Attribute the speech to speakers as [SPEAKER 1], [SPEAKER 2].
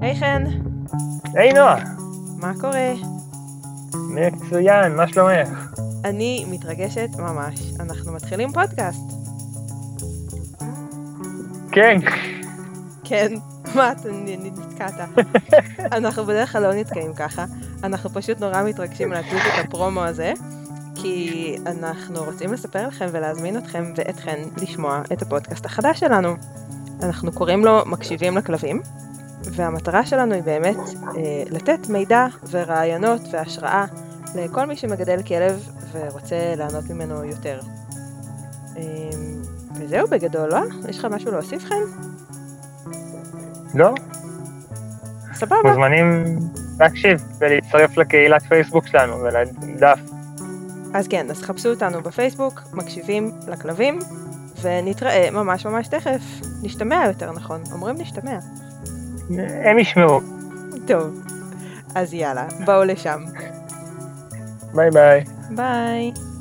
[SPEAKER 1] היי חן,
[SPEAKER 2] היי נועה,
[SPEAKER 1] מה קורה?
[SPEAKER 2] מצוין, מה שלומך?
[SPEAKER 1] אני מתרגשת ממש. אנחנו מתחילים פודקאסט.
[SPEAKER 2] כן,
[SPEAKER 1] כן, מה, אתה נ- נ- נתקעת. אנחנו בדרך כלל לא נתקעים ככה. אנחנו פשוט נורא מתרגשים להקליט את הפרומו הזה, כי אנחנו רוצים לספר לכם ולהזמין אתכם ואתכן לשמוע את הפודקאסט החדש שלנו. אנחנו קוראים לו מקשיבים לכלבים, והמטרה שלנו היא באמת אה, לתת מידע ורעיונות והשראה לכל מי שמגדל כלב ורוצה ליהנות ממנו יותר. אה, וזהו בגדול, לא? יש לך משהו להוסיף לכם?
[SPEAKER 2] לא?
[SPEAKER 1] סבבה.
[SPEAKER 2] מוזמנים להקשיב ולהצטרף לקהילת פייסבוק שלנו ולדף.
[SPEAKER 1] אז כן, אז חפשו אותנו בפייסבוק, מקשיבים לכלבים, ונתראה ממש ממש תכף. נשתמע יותר נכון, אומרים נשתמע.
[SPEAKER 2] הם ישמעו.
[SPEAKER 1] טוב, אז יאללה, בואו לשם.
[SPEAKER 2] ביי ביי.
[SPEAKER 1] ביי.